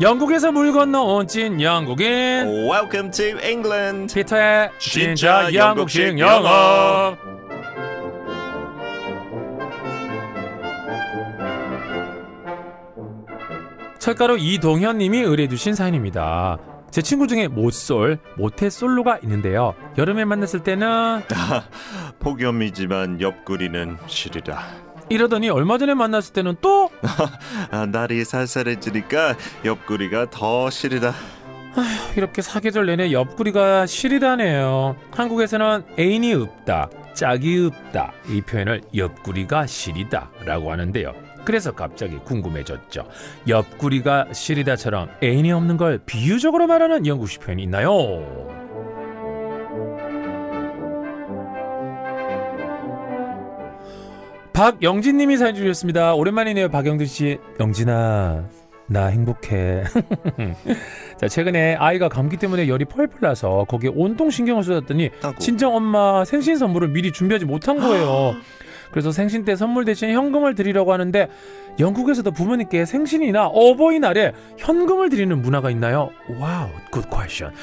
영국에서 물 건너 온 찐 영국인 Welcome to England. 피터의 진짜 진짜 영국식 영국식 영어 철가루 이동현님이 의뢰해주신 사연입니다 제 친구 중에 모쏠, 모태솔로가 있는데요 여름에 만났을 때는 폭염이지만 옆구리는 시리다. 이러더니 얼마 전에 만났을 때는 또 아, 날이 쌀쌀해지니까 옆구리가 더 시리다. 이렇게 사계절 내내 옆구리가 시리다네요. 한국에서는 애인이 없다, 짝이 없다 이 표현을 옆구리가 시리다라고 하는데요. 그래서 갑자기 궁금해졌죠. 옆구리가 시리다처럼 애인이 없는 걸 비유적으로 말하는 영국식 표현이 있나요? 박영진님이 사연 주셨습니다. 오랜만이네요, 박영진 씨. 영진아, 나 행복해. 자, 최근에 아이가 감기 때문에 열이 펄펄 나서 거기에 온통 신경을 쏟았더니 하고. 친정 엄마 생신 선물을 미리 준비하지 못한 거예요. 그래서 생신 때 선물 대신 현금을 드리려고 하는데 영국에서도 부모님께 생신이나 어버이날에 현금을 드리는 문화가 있나요? 와우, good question.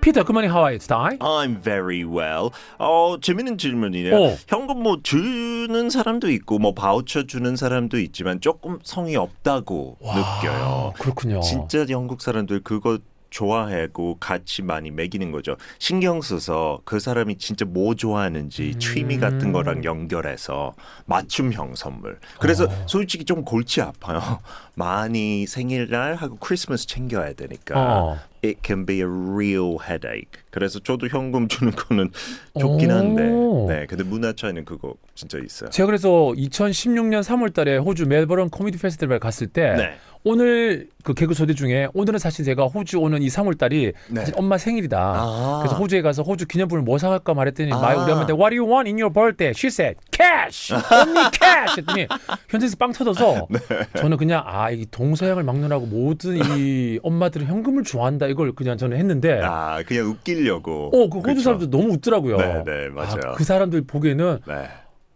피터, 그만이 하와이 스타일. I'm very well. 어, 재밌는 질문이네요. 어. 현금 뭐 주는 사람도 있고 뭐 바우처 주는 사람도 있지만 조금 성의 없다고 느껴요. 아, 그렇군요. 진짜 영국 사람들 그거 좋아하고 같이 많이 매기는 거죠. 신경 써서 그 사람이 진짜 뭐 좋아하는지 음. 취미 같은 거랑 연결해서 맞춤형 선물. 그래서 어. 솔직히 좀 골치 아파요. 많이 생일날 하고 크리스마스 챙겨야 되니까 어. it can be a real headache. 그래서 저도 현금 주는 거는 좋긴 한데, 오. 네, 근데 문화 차이는 그거 진짜 있어요. 제가 그래서 2016년 3월달에 호주 멜버른 코미디 페스티벌 갔을 때 네. 오늘 그 개그 소대 중에 오늘은 사실 제가 호주 오는 이 3월달이 네. 사실 엄마 생일이다. 아. 그래서 호주에 가서 호주 기념품을 뭐 사갈까 말했더니 마이 아. 우리 엄마한테 What do you want in your birthday? She said cash. Only cash. 했더니 현지에서 빵 터져서 네. 저는 그냥 아 이 동서양을 막론하고 모든 이 엄마들은 현금을 좋아한다 이걸 그냥 저는 했는데 아, 그냥 웃기려고. 어, 그 호주 그쵸? 사람들 너무 웃더라고요. 네, 네, 맞아요. 아, 그 사람들 보기에는 네,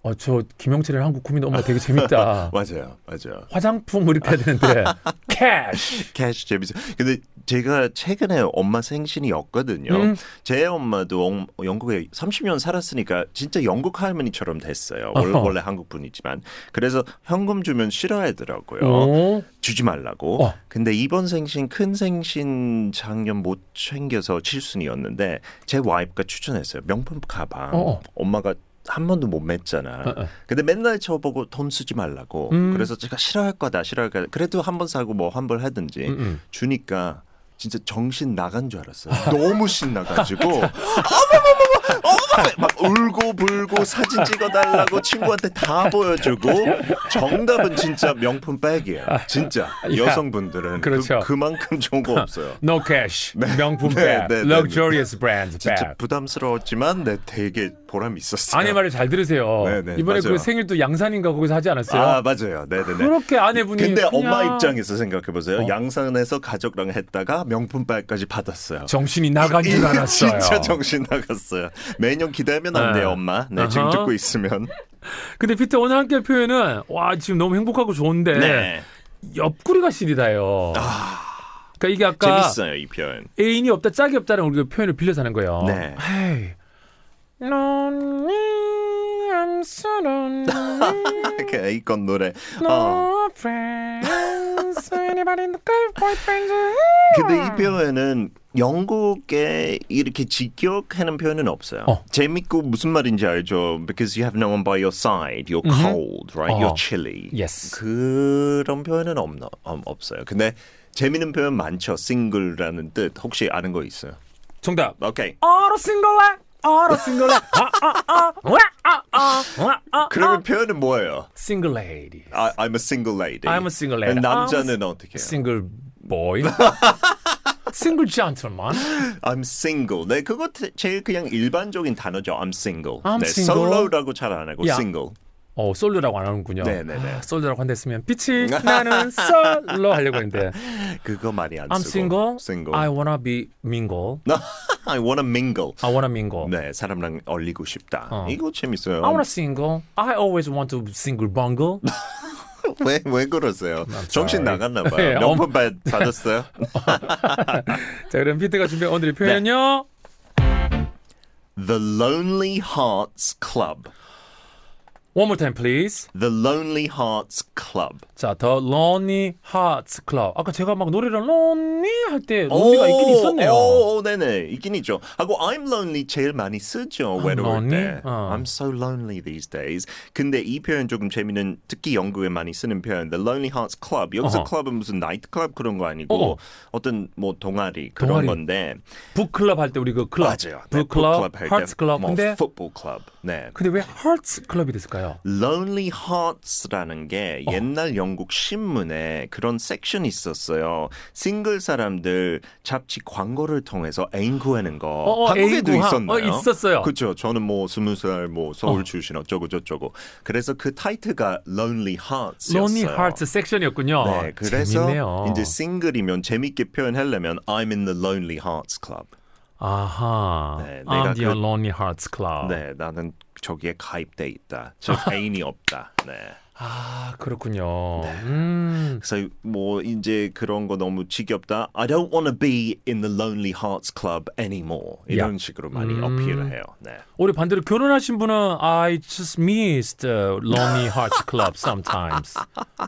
어, 저 김영철이랑 한국 국민 엄마 되게 재밌다. 맞아요, 맞아요. 화장품 몰입해야 되는데 캐시. 캐시 재밌어. 근데 제가 최근에 엄마 생신이었거든요. 음. 제 엄마도 엉- 영국에 30년 살았으니까 진짜 영국 할머니처럼 됐어요. 원래, 어허. 원래 한국 분이지만. 그래서 현금 주면 싫어하더라고요. 오. 주지 말라고. 어. 근데 이번 생신 큰 생신 작년 못 챙겨서 칠순이었는데 제 와이프가 추천했어요. 명품 가방. 어, 어. 엄마가 한 번도 못 맸잖아. 어, 어. 근데 맨날 저보고 돈 쓰지 말라고. 음. 그래서 제가 싫어할 거다, 싫어할 거다. 그래도 한 번 사고 뭐 환불 하든지 음, 음. 주니까 진짜 정신 나간 줄 알았어요. 너무 신나가지고 어머머머머, 어머 막 울고 불고 사진 찍어달라고 친구한테 다 보여주고 정답은 진짜 명품 백이에요. 진짜 여성분들은 그렇죠. 그, 만큼 좋은 거 없어요. No cash. 명품 네, 백. 네, 네, 네. luxurious brands 진짜 백. 부담스러웠지만 네, 되게 보람 있었어요. 네. 아내 말을 잘 들으세요. 네, 네, 이번에 맞아요. 그 생일도 양산인가 거기서 하지 않았어요? 아 맞아요. 네네네. 그렇게 아내분이 근데 그냥 엄마 입장에서 생각해 보세요. 어. 양산에서 가족랑 했다가 명품 백까지 받았어요. 정신이 나간 줄 이거 알았어요. 진짜 정신 나갔어요. 매년 기대하면 안 네. 돼요, 엄마. 네, 지금 아하. 듣고 있으면. 근데 피터 오늘 함께 표현은 와 지금 너무 행복하고 좋은데 네. 옆구리가 시리다요. 그러니까 이게 아까 아. 재밌어요, 이 표현. 애인이 없다 짝이 없다는 우리가 표현을 빌려서 하는 거예요. 네. 헤이. Lonely, I'm so lonely. 이렇게 이건 노래. 어. No friends, anybody in the girl boyfriend. 근데 이 표현은 영국에 이렇게 직역하는 표현은 없어요. 어. 재밌고 무슨 말인지 알죠? Because you have no one by your side, you're cold, right? 어. You're chilly. Yes. 그런 표현은 없나, 음, 없어요. 근데 재밌는 표현 많죠. 싱글라는 뜻 혹시 아는 거 있어요? 정답. 오케이. All single, all single, 아, 아, 아, 와, 아, 아, 와, 아, 그러면 표현은 뭐예요? single lady, I, I'm a single lady. 그 I'm a single lady. 남자는 어떻게 해요? single boy, single gentleman. I'm single. 네, 그거 제- 제일 그냥 일반적인 단어죠. I'm single. I'm 네, single. 솔로라고 잘 안 하고 야. single. 어 솔로라고 안 하는군요. 네네네. 아, 솔로라고 한다 했으면 빛이 나는 솔로 하려고 했는데 그거 많이 안 I'm 쓰고. single, single. I wanna be mingle, I wanna mingle. I wanna mingle. 네, 사람랑 얼리고 싶다. 어. 이거 재밌어요. I wanna single. I always want to single bungle. 왜, 왜 그러세요? sorry. 정신 나갔나 예, 봐요. 명품 받, 받았어요? 자, 그럼 피트가 준비한 오늘의 표현은요. The Lonely Hearts Club. One more time, please. The Lonely Hearts Club. 자, The Lonely Hearts Club. 아까 제가 막 노래를 Lonely 할 때 롱리가 있긴 있었네요. 오, 오, 어, 네네. 있긴 있죠. 하고 I'm lonely 제일 많이 쓰죠. 외로울 lonely? 때. 어. I'm so lonely these days. 근데 이 표현 조금 재미는 특히 영국에 많이 쓰는 표현. The Lonely Hearts Club. 여기서 어허. 클럽은 무슨 나이트 클럽 그런 거 어어. 아니고 어. 떤뭐 동아리 그런 동아리. 건데. 북클럽 할 때 우리 그 클럽. 맞아요. 네, 북클럽, 북클럽 할 때, 하츠 클럽. 뭐 근데 football club. 네. 근데 왜 하츠 클럽이 됐을까요? Lonely Hearts라는 어. 게 옛날 영국 신문에 그런 섹션이 있었어요. 싱글 사람들 잡지 광고를 통해서 애인 구하는 거 어, 어, 한국에도 애인 구하- 있었나요? 어, 있었어요. 그렇죠. 저는 뭐 스무 살 뭐 서울 어. 출신 어쩌고 저쩌고. 그래서 그 타이틀가 Lonely Hearts였어요. Lonely Hearts 섹션이었군요. 네, 그래서 재밌네요. 이제 싱글이면 재밌게 표현하려면 I'm in the Lonely Hearts Club. 아하. 네, 내가 I'm the 그- Lonely Hearts Club. 네, 나는 저기에 가입돼 있다. 즉 애인이 없다. 네. 아, 그렇군요. 음. 그래서 뭐 이제 그런 거 너무 지겹다. I don't want to be in the Lonely Hearts Club anymore. 이런 식으로 많이 Mm. 어필을 해요. 네. 우리 반대로 결혼하신 분은 I just miss the Lonely Hearts Club sometimes.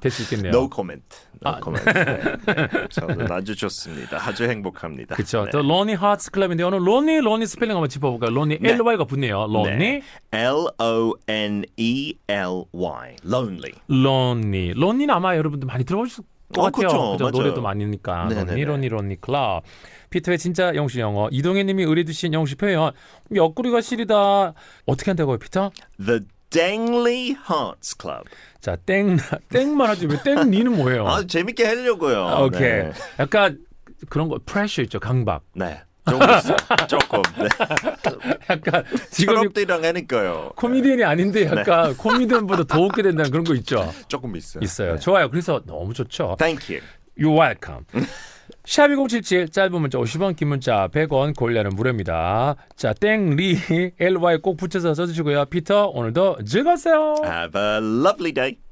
될 수 있겠네요. No comment. No Ah. comment. 네. 네. 저는 아주 좋습니다. 아주 행복합니다. 그렇죠. 네. The Lonely Hearts Club인데 오늘 Lonely Lonely 스펠링 한번 짚어볼까요? Lonely 네. L Y가 붙네요. Lonely, 네. L O N E L Y. Lonely. Lonely, Lonely는 아마 여러분들 많이 들어보실 것 어, 같아요. 그쵸. 그죠? 맞아요. 노래도 많으니까. 네네네. Lonely Lonely Lonely Club. 피터의 진짜 영식 영어. 이동현님이 의뢰주신 영식 표현. 옆구리가 시리다. 어떻게 한다고요, 피터? The Dangly Hearts Club. 자, 땡 땡만 하지 왜 땡니는 뭐예요? 아 재밌게 하려고요. 오케이. 네. 약간 그런 거 프레셔 있죠. 강박. 네. 조금 있어요. 조금. 네. 약간 직업이 철업들이랑 하니까요. 코미디언이 아닌데 네. 약간 코미디언보다 더 웃게 된다는 그런 거 있죠. 조금 있어요. 있어요. 네. 좋아요. 그래서 너무 좋죠. Thank you. You're welcome. 샵1077 짧은 문자 50원 긴 문자 100원 골라는 무료입니다. 자, 땡리 ly 꼭 붙여서 써주시고요. 피터 오늘도 즐거웠어요. Have a lovely day.